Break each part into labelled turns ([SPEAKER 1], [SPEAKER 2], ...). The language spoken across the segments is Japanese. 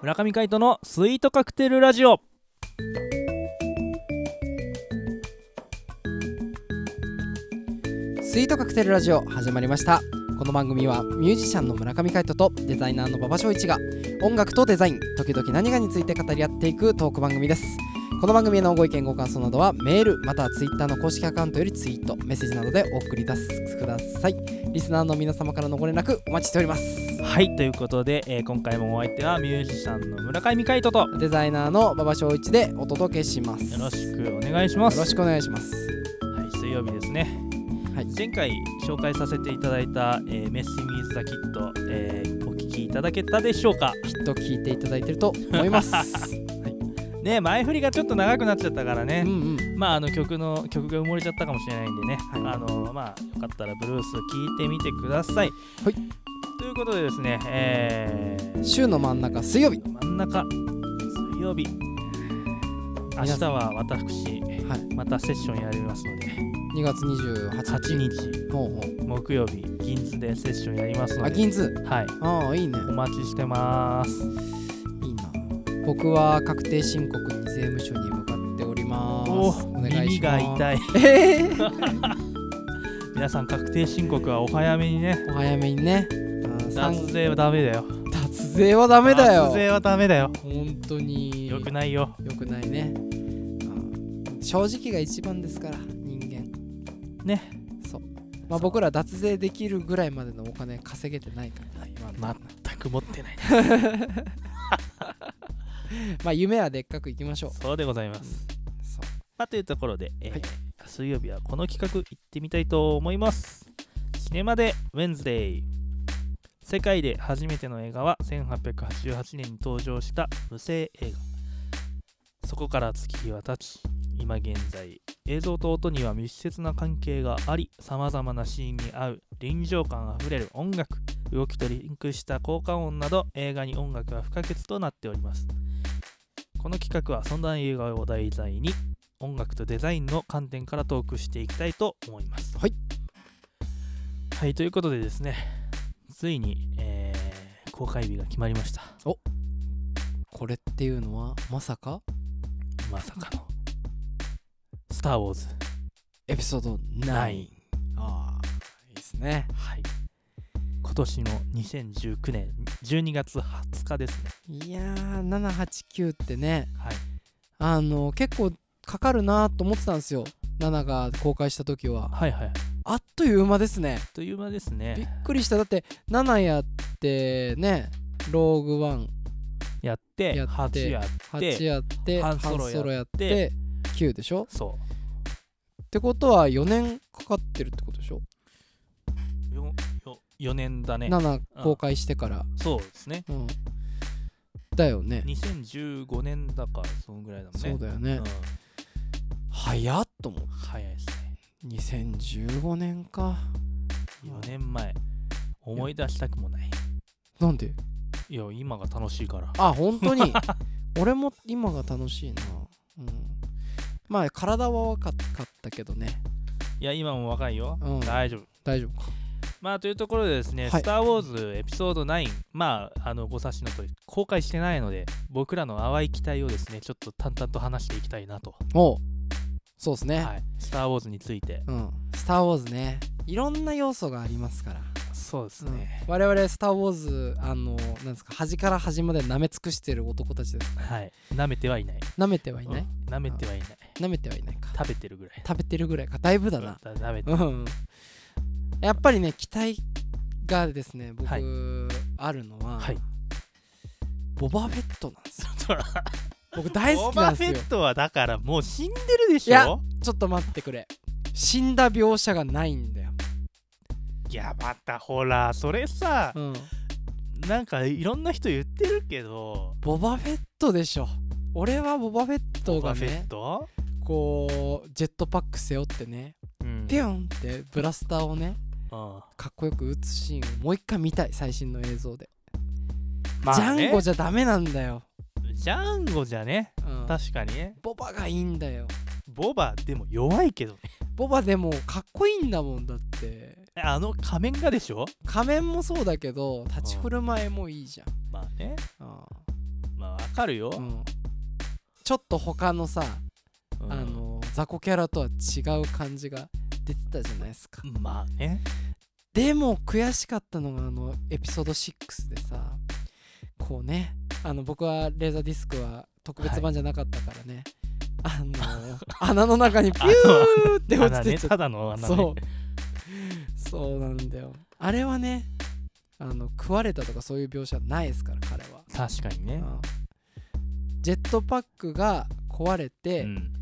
[SPEAKER 1] 村上海人のスイートカクテルラジオ
[SPEAKER 2] スイートカクテルラジオ始まりましたこの番組はミュージシャンの村上海人とデザイナーの馬場翔一が音楽とデザイン時々何がについて語り合っていくトーク番組ですこの番組へのご意見ご感想などはメールまたはツイッターの公式アカウントよりツイートメッセージなどでお送り出すくださいリスナーの皆様からのご連絡お待ちしております
[SPEAKER 1] はいということで、えー今回もお相手はミュージシャンの村上海人とよ
[SPEAKER 2] デザイナーの馬場翔一でお届けします
[SPEAKER 1] ろしくお願いします
[SPEAKER 2] よろしくお願いします
[SPEAKER 1] はい、水曜日ですね、
[SPEAKER 2] はい
[SPEAKER 1] 前回紹介させていただいた、えーメッシミーズ・ザ・キット、えーお聞きいただけたでしょうか
[SPEAKER 2] きっと聞いていただいてると思 いますはい
[SPEAKER 1] ね前振りがちょっと長くなっちゃったからね、
[SPEAKER 2] うんうん
[SPEAKER 1] まああの曲の曲が埋もれちゃったかもしれないんでね、
[SPEAKER 2] はい
[SPEAKER 1] あのまあよかったらブルース聞いてみてください。
[SPEAKER 2] はい
[SPEAKER 1] ということでですね、えー、
[SPEAKER 2] 週の真ん中水曜日
[SPEAKER 1] 真ん中水曜日明日は私
[SPEAKER 2] はい
[SPEAKER 1] またセッションやりますので
[SPEAKER 2] 2月28
[SPEAKER 1] 8日
[SPEAKER 2] 日ほうほう
[SPEAKER 1] 木曜日銀座でセッションやりますの
[SPEAKER 2] あ
[SPEAKER 1] で
[SPEAKER 2] 銀図
[SPEAKER 1] はい
[SPEAKER 2] ああいいね
[SPEAKER 1] お待ちしてます
[SPEAKER 2] いいな僕は確定申告に税務署に向かっております
[SPEAKER 1] お
[SPEAKER 2] お願い
[SPEAKER 1] 耳
[SPEAKER 2] します
[SPEAKER 1] が痛い
[SPEAKER 2] えー
[SPEAKER 1] 皆さん確定申告はお早めにね
[SPEAKER 2] お早めにねあ
[SPEAKER 1] 脱
[SPEAKER 2] 三
[SPEAKER 1] 税はダメだよ
[SPEAKER 2] 脱税はダメだよ
[SPEAKER 1] 脱税はダメだよ
[SPEAKER 2] 本当に
[SPEAKER 1] よくないよ
[SPEAKER 2] よくないねあ正直が一番ですから人間
[SPEAKER 1] ね
[SPEAKER 2] そうまあ僕ら脱税できるぐらいまでのお金稼げてないからな今のところ
[SPEAKER 1] 全く持ってない
[SPEAKER 2] まあ夢はでっかくいきましょう
[SPEAKER 1] そうでございます
[SPEAKER 2] そ
[SPEAKER 1] まあ、というところで、えー
[SPEAKER 2] はい
[SPEAKER 1] 水曜日はこの企画行ってみたいと思います。シネマでウェンズデイ世界で初めての映画は1888年に登場した無声映画。そこから月日は経ち、今現在、映像と音には密接な関係があり、さまざまなシーンに合う臨場感あふれる音楽、動きとリンクした効果音など、映画に音楽は不可欠となっております。この企画はそんな映画を題材に音楽とデザインの観点からトークしていきたいと思います。
[SPEAKER 2] はい、
[SPEAKER 1] はい、ということでですねついに、えー公開日が決まりました
[SPEAKER 2] これっていうのはまさか
[SPEAKER 1] まさかの「スター・ウォーズ
[SPEAKER 2] エピソード
[SPEAKER 1] 9
[SPEAKER 2] 9」ああいいですね
[SPEAKER 1] はい、今年の2019年12月20日ですね。
[SPEAKER 2] いやー789ってね
[SPEAKER 1] はい、
[SPEAKER 2] あの結構かかるなと思ってたんですよ7が公開した時は
[SPEAKER 1] はい、はいあ
[SPEAKER 2] あっという間ですね
[SPEAKER 1] っという間です
[SPEAKER 2] びっ
[SPEAKER 1] ね。
[SPEAKER 2] くりしただって7やってねローグワン
[SPEAKER 1] やって
[SPEAKER 2] やっ
[SPEAKER 1] 8
[SPEAKER 2] て
[SPEAKER 1] やって
[SPEAKER 2] 8やって
[SPEAKER 1] ハ
[SPEAKER 2] 半
[SPEAKER 1] ンソロやって
[SPEAKER 2] ソロやって9でしょ
[SPEAKER 1] そ
[SPEAKER 2] ってことは4年かかってるってことでしょ、
[SPEAKER 1] うよよ4年だね。
[SPEAKER 2] 7
[SPEAKER 1] うん
[SPEAKER 2] 公開してから、
[SPEAKER 1] そうですね。
[SPEAKER 2] うん、だよね
[SPEAKER 1] 2015年だからそのぐらいだもんね。
[SPEAKER 2] そうだよね
[SPEAKER 1] うん
[SPEAKER 2] 早っと思う
[SPEAKER 1] 早いですね。
[SPEAKER 2] 2015年か
[SPEAKER 1] 4年前思い出したくもない。
[SPEAKER 2] なんで
[SPEAKER 1] いや今が楽しいから。
[SPEAKER 2] あ本 当に俺も今が楽しいなうんまあ体は若かったけどね
[SPEAKER 1] いや今も若いよ。
[SPEAKER 2] うん
[SPEAKER 1] 大丈夫。
[SPEAKER 2] 大丈夫か
[SPEAKER 1] まあというところでですね、
[SPEAKER 2] は
[SPEAKER 1] ス
[SPEAKER 2] い
[SPEAKER 1] ター・ウォーズエピソード9、まあ、あのご察しの通り、公開してないので、僕らの淡い期待をですね、ちょっと淡々と話していきたいなと、
[SPEAKER 2] おうそうですね、
[SPEAKER 1] はい、スター・ウォーズについて、
[SPEAKER 2] うん「スター・ウォーズね」いろんな要素がありますから、
[SPEAKER 1] そうです
[SPEAKER 2] うん
[SPEAKER 1] ね、
[SPEAKER 2] 我々「スター・ウォーズ」あのなんですか端から端まで舐め尽くしてる男たちです
[SPEAKER 1] はい、舐めてはいない、
[SPEAKER 2] 舐めてはいない、
[SPEAKER 1] うん舐めてはいない、
[SPEAKER 2] 舐めてはいないか
[SPEAKER 1] 食べてるぐらい、
[SPEAKER 2] 食べてるぐらいかだいぶだな
[SPEAKER 1] うん舐めて
[SPEAKER 2] うんやっぱりね期待がですね僕、
[SPEAKER 1] はい
[SPEAKER 2] あるのは、
[SPEAKER 1] はい
[SPEAKER 2] ボバフェットなん ですよ
[SPEAKER 1] ちょっと
[SPEAKER 2] 僕大好
[SPEAKER 1] ボ
[SPEAKER 2] きな
[SPEAKER 1] バ
[SPEAKER 2] ん
[SPEAKER 1] フ
[SPEAKER 2] で
[SPEAKER 1] ェ
[SPEAKER 2] すよ
[SPEAKER 1] ットはだからもう死んでるでしょ
[SPEAKER 2] いやちょっと待ってくれ死んだ描写がないんだよ、
[SPEAKER 1] いやまたほらそれさ
[SPEAKER 2] うん、
[SPEAKER 1] なんかいろんな人言ってるけど
[SPEAKER 2] ボバフェットでしょ俺はボバフェット
[SPEAKER 1] ボ
[SPEAKER 2] が
[SPEAKER 1] バフェ
[SPEAKER 2] ね
[SPEAKER 1] ット、
[SPEAKER 2] こうジェットパック背負ってね
[SPEAKER 1] うん
[SPEAKER 2] ピュンってブラスターをね
[SPEAKER 1] うん
[SPEAKER 2] かっこよく打つシーンをもう一回見たい最新の映像で、
[SPEAKER 1] まあね
[SPEAKER 2] ジャンゴじゃダメなんだよ、
[SPEAKER 1] ジャンゴじゃね
[SPEAKER 2] うん
[SPEAKER 1] 確かにね
[SPEAKER 2] ボバがいいんだよ
[SPEAKER 1] ボバでも弱いけどね
[SPEAKER 2] ボバでもかっこいいんだもんだって
[SPEAKER 1] えあの仮面がでしょ
[SPEAKER 2] 仮面もそうだけど立ち振る舞いもいいじゃん
[SPEAKER 1] まあね
[SPEAKER 2] あ
[SPEAKER 1] まあわかるよ、
[SPEAKER 2] あうんちょっと他のさ、
[SPEAKER 1] うん
[SPEAKER 2] あの雑魚キャラとは違う感じが出てたじゃないですか、
[SPEAKER 1] まあね
[SPEAKER 2] でも悔しかったのがあのエピソード6でさこうねあの僕はレーザーディスクは特別版じゃなかったからね、あの穴の中にピューって落ちてっちゃ
[SPEAKER 1] た
[SPEAKER 2] っ
[SPEAKER 1] だの
[SPEAKER 2] た、
[SPEAKER 1] 穴ね
[SPEAKER 2] そうそうなんだよあれはねあの食われたとかそういう描写ないですから彼は、
[SPEAKER 1] 確かにね
[SPEAKER 2] うんジェットパックが壊れ
[SPEAKER 1] う
[SPEAKER 2] て
[SPEAKER 1] ん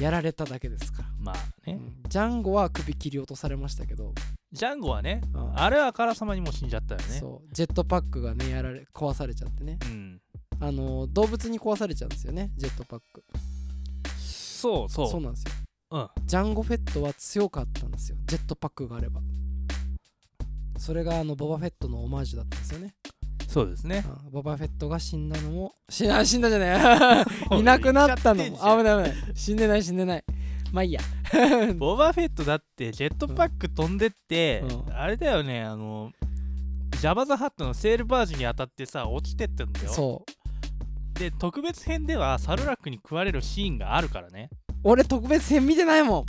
[SPEAKER 2] やられただけですから、
[SPEAKER 1] まあね、
[SPEAKER 2] うんジャンゴは首切り落とされましたけど、
[SPEAKER 1] ジャンゴはね
[SPEAKER 2] うん
[SPEAKER 1] あれはあからさまにもう死んじゃったよね
[SPEAKER 2] そうジェットパックがねやられ壊されちゃってね
[SPEAKER 1] うん
[SPEAKER 2] あの動物に壊されちゃうんですよねジェットパック
[SPEAKER 1] そうそう
[SPEAKER 2] そうなんですよ
[SPEAKER 1] うん
[SPEAKER 2] ジャンゴフェットは強かったんですよジェットパックがあればそれがあのボバフェットのオマージュだったんですよね、
[SPEAKER 1] そうですね
[SPEAKER 2] うんボバフェットが死んだのも死な 死んだじゃない いなくなったのも
[SPEAKER 1] 言っちゃっ
[SPEAKER 2] 危ない危ない死んでない死んでないまあいいや
[SPEAKER 1] ボバフェットだってジェットパック飛んでって、
[SPEAKER 2] うん
[SPEAKER 1] あれだよねあのジャバザハットのセールバージに当たってさ落ちてったんだよ
[SPEAKER 2] そう
[SPEAKER 1] で特別編ではサルラックに食われるシーンがあるからね
[SPEAKER 2] 俺特別編見てないも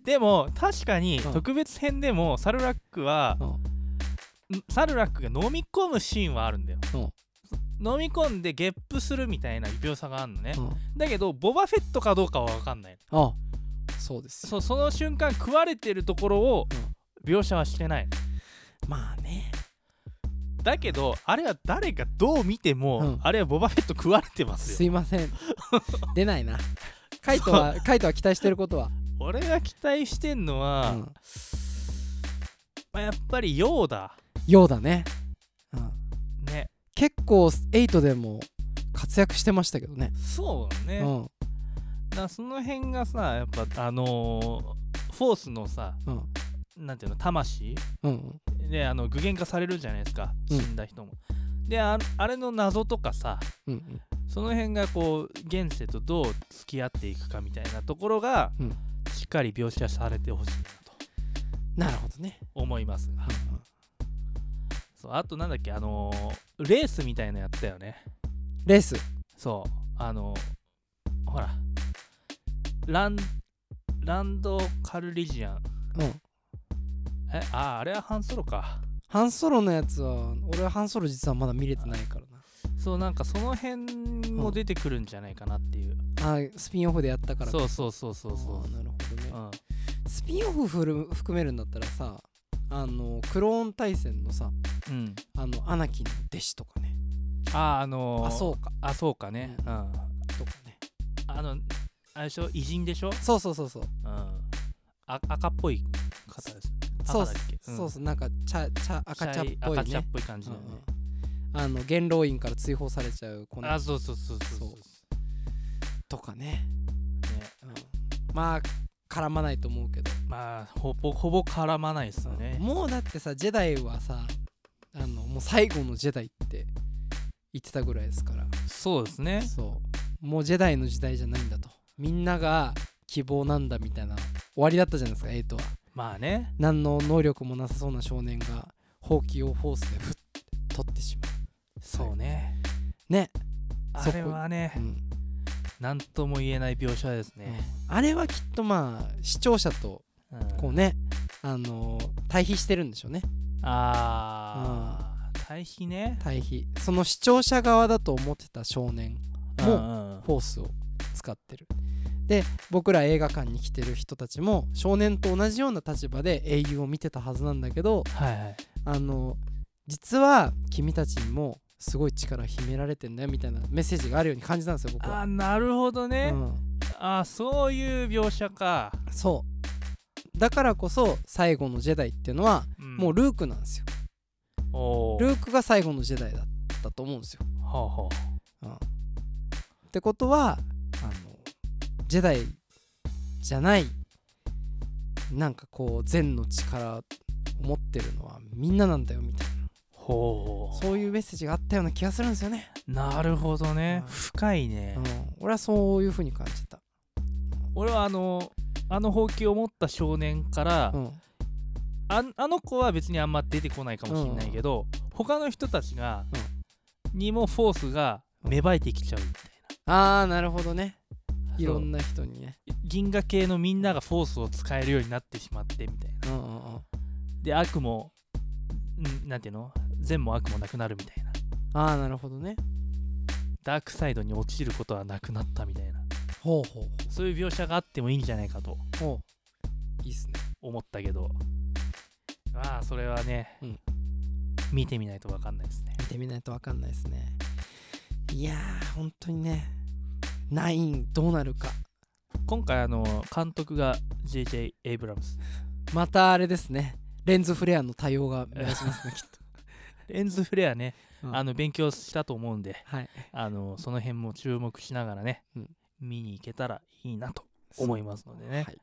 [SPEAKER 2] ん、
[SPEAKER 1] でも確かに
[SPEAKER 2] うん
[SPEAKER 1] 特別編でもサルラックは
[SPEAKER 2] う、ん
[SPEAKER 1] んサルラックが飲み込むシーンはあるんだよ、
[SPEAKER 2] うん
[SPEAKER 1] 飲み込んでゲップするみたいな描写があるのね、
[SPEAKER 2] うん
[SPEAKER 1] だけどボバフェットかどうかは分かんない
[SPEAKER 2] あそうです
[SPEAKER 1] そ
[SPEAKER 2] よ
[SPEAKER 1] その瞬間食われてるところを描写はしてない
[SPEAKER 2] まあね
[SPEAKER 1] だけどあれは誰がどう見ても、
[SPEAKER 2] うん
[SPEAKER 1] あれはボバフェット食われてます
[SPEAKER 2] す
[SPEAKER 1] よ
[SPEAKER 2] いません出ないなカイトはカイトは期待してることは、
[SPEAKER 1] 俺が期待してんのは、
[SPEAKER 2] うん
[SPEAKER 1] まあ、やっぱりヨーダ
[SPEAKER 2] ようだね、うん、
[SPEAKER 1] ね
[SPEAKER 2] 結構8でも活躍してましたけどね
[SPEAKER 1] そうだね、
[SPEAKER 2] うん
[SPEAKER 1] だからその辺がさやっぱあのーフォースのさ
[SPEAKER 2] うん
[SPEAKER 1] なんていうの魂
[SPEAKER 2] うん
[SPEAKER 1] であの具現化されるじゃないですか
[SPEAKER 2] う
[SPEAKER 1] 死
[SPEAKER 2] ん
[SPEAKER 1] んだ人も、でああれの謎とかさ
[SPEAKER 2] うん
[SPEAKER 1] その辺がこう現世とどう付き合っていくかみたいなところが、
[SPEAKER 2] うん
[SPEAKER 1] しっかり描写されてほしいなと
[SPEAKER 2] なるほどね、
[SPEAKER 1] 思いますが、
[SPEAKER 2] うんうん
[SPEAKER 1] そうあとなんだっけあのーレースみたいなやったよね
[SPEAKER 2] レース
[SPEAKER 1] そうあのーほらランランドカルリジアン
[SPEAKER 2] うん
[SPEAKER 1] えああれはハンソロか
[SPEAKER 2] ハンソロのやつは俺はハンソロ実はまだ見れてないから
[SPEAKER 1] そうなんかその辺も出てくるんじゃないかなっていう、
[SPEAKER 2] なあスピンオフでやったから
[SPEAKER 1] そうそうそうそうそ
[SPEAKER 2] あーなるほどね
[SPEAKER 1] う、うん、
[SPEAKER 2] スピンオフふる含めるんだったらさあのクローン対戦のさ
[SPEAKER 1] うん、
[SPEAKER 2] あのアナキンの弟子とかね
[SPEAKER 1] あーあのー、
[SPEAKER 2] あそうか
[SPEAKER 1] あそうかね、
[SPEAKER 2] う
[SPEAKER 1] うん
[SPEAKER 2] とかね
[SPEAKER 1] あのあれでしょ偉人でしょ、
[SPEAKER 2] そうそうそうそう
[SPEAKER 1] うん、あ赤っぽい方です
[SPEAKER 2] そう
[SPEAKER 1] 赤だっけ、ん
[SPEAKER 2] そうそうなんか茶茶赤茶っぽい
[SPEAKER 1] 赤茶っ
[SPEAKER 2] ね
[SPEAKER 1] ぽい感じだよね、
[SPEAKER 2] うんうんあの元老院から追放されちゃうこの
[SPEAKER 1] あそうそうそうそうそう
[SPEAKER 2] とかね、
[SPEAKER 1] ね
[SPEAKER 2] うんまあ絡まないと思うけど、
[SPEAKER 1] まあほぼほぼ絡まないですよね、
[SPEAKER 2] もうだってさジェダイはさあのもう最後のジェダイって言ってたぐらいですから
[SPEAKER 1] そうですね
[SPEAKER 2] そうもうジェダイの時代じゃないんだとみんなが希望なんだみたいな終わりだったじゃないですかエイトは
[SPEAKER 1] まあね
[SPEAKER 2] 何の能力もなさそうな少年がほうきをフォースでふっ取ってしま
[SPEAKER 1] そうね
[SPEAKER 2] うね
[SPEAKER 1] あ
[SPEAKER 2] そこ
[SPEAKER 1] れはね
[SPEAKER 2] うん
[SPEAKER 1] 何とも言えない描写ですね、
[SPEAKER 2] あれはきっとまあ視聴者と
[SPEAKER 1] うん
[SPEAKER 2] こうね、あのー対比してるんでしょうね
[SPEAKER 1] あー、対比ね
[SPEAKER 2] 対比その視聴者側だと思ってた少年も
[SPEAKER 1] うんうん
[SPEAKER 2] フォースを使ってるで僕ら映画館に来てる人たちも少年と同じような立場で英雄を見てたはずなんだけど
[SPEAKER 1] はいはい
[SPEAKER 2] あのー実は君たちにもすごい力秘められてんだよみたいなメッセージがあるように感じたんですよ僕
[SPEAKER 1] あ
[SPEAKER 2] は。
[SPEAKER 1] ーなるほどね、
[SPEAKER 2] うん
[SPEAKER 1] あーそういう描写か、
[SPEAKER 2] そうだからこそ最後のジェダイっていうのは
[SPEAKER 1] うん
[SPEAKER 2] もうルークなんですよ、
[SPEAKER 1] おー
[SPEAKER 2] ルークが最後のジェダイだったと思うんですよ、
[SPEAKER 1] はあはあ
[SPEAKER 2] うんってことはあのジェダイじゃないなんかこう善の力を持ってるのはみんななんだよみたい
[SPEAKER 1] ほ
[SPEAKER 2] な
[SPEAKER 1] う
[SPEAKER 2] そういうメッセージがあったような気がするんですよね、
[SPEAKER 1] なるほどね
[SPEAKER 2] うん
[SPEAKER 1] 深いね
[SPEAKER 2] うん、俺はそういう風に感じた
[SPEAKER 1] 俺はあのあのほうきを持った少年から、
[SPEAKER 2] うん
[SPEAKER 1] ああの子は別にあんま出てこないかもしれないけど、他の人たちが、にもフォースが芽生えてきちゃうみたい
[SPEAKER 2] ああなるほどね
[SPEAKER 1] な。
[SPEAKER 2] いろん
[SPEAKER 1] な
[SPEAKER 2] な人にね
[SPEAKER 1] 銀河系のみんながフォースを使えるようになってしまってみたいな。
[SPEAKER 2] うんうんうん
[SPEAKER 1] で悪もんなんていうの善も悪もなくなるみたいな。
[SPEAKER 2] ああなるほどね
[SPEAKER 1] ダークサイドに落ちることはなくなったみたいな。
[SPEAKER 2] ほうほう
[SPEAKER 1] そういう描写があってもいいんじゃないかと
[SPEAKER 2] ほうほういいっすね
[SPEAKER 1] 思ったけど。まあそれはね、
[SPEAKER 2] うん
[SPEAKER 1] 見てみないと分かんないですね。
[SPEAKER 2] 見てみないとわかんないですねいやー本当にねナインどうなるか
[SPEAKER 1] 今回あの監督が J.J. エイブラムス
[SPEAKER 2] またあれですねレンズフレアの対応が目指しますねきっと
[SPEAKER 1] レンズフレアね、
[SPEAKER 2] う ん
[SPEAKER 1] あの勉強したと思うんで
[SPEAKER 2] はい
[SPEAKER 1] あのその辺も注目しながらね、
[SPEAKER 2] うん
[SPEAKER 1] 見に行けたらいいなと思いますのでね、、
[SPEAKER 2] はい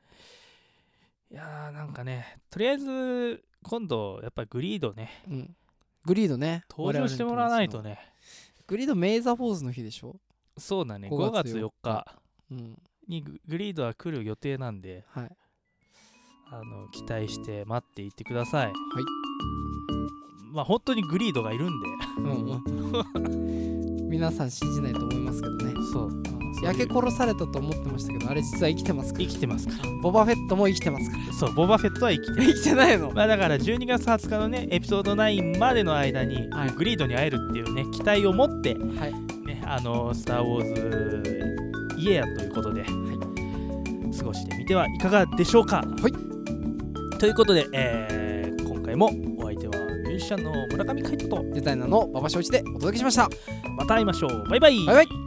[SPEAKER 2] い、
[SPEAKER 1] やーなんかねとりあえず今度やっぱグリードね
[SPEAKER 2] うん、グリードね
[SPEAKER 1] 登場してもらわないとね
[SPEAKER 2] グリードメイザーフォーズの日でしょ
[SPEAKER 1] そうだね5
[SPEAKER 2] 5
[SPEAKER 1] 月
[SPEAKER 2] 月
[SPEAKER 1] 4
[SPEAKER 2] 4
[SPEAKER 1] 日
[SPEAKER 2] うん
[SPEAKER 1] にググリードは来る予定なんで
[SPEAKER 2] はい
[SPEAKER 1] あの期待して待っていてくださいはいまあ本当にグリードがいるんで
[SPEAKER 2] うんうん 皆さん信じないと思いますけどね
[SPEAKER 1] そうそう
[SPEAKER 2] 焼け殺されたと思ってましたけどあれ実は生きてますか
[SPEAKER 1] 生きてますから
[SPEAKER 2] ボバフェットも生きてますから
[SPEAKER 1] らそうボバフェットは生きてる
[SPEAKER 2] 生きてないの
[SPEAKER 1] まあだから12月20日のねエピソード9までの間に、
[SPEAKER 2] はい
[SPEAKER 1] グリードに会えるっていうね期待を持って、
[SPEAKER 2] はい
[SPEAKER 1] ね、あの「スター・ウォーズ・イエア」ということで、過ごしてみてはいかがでしょうか。ということで、えー今回もお相手はミュージシャンの村上海人と
[SPEAKER 2] デザイナーの馬場正一でお届けしました
[SPEAKER 1] また会いましょうバイバイ
[SPEAKER 2] バイバイ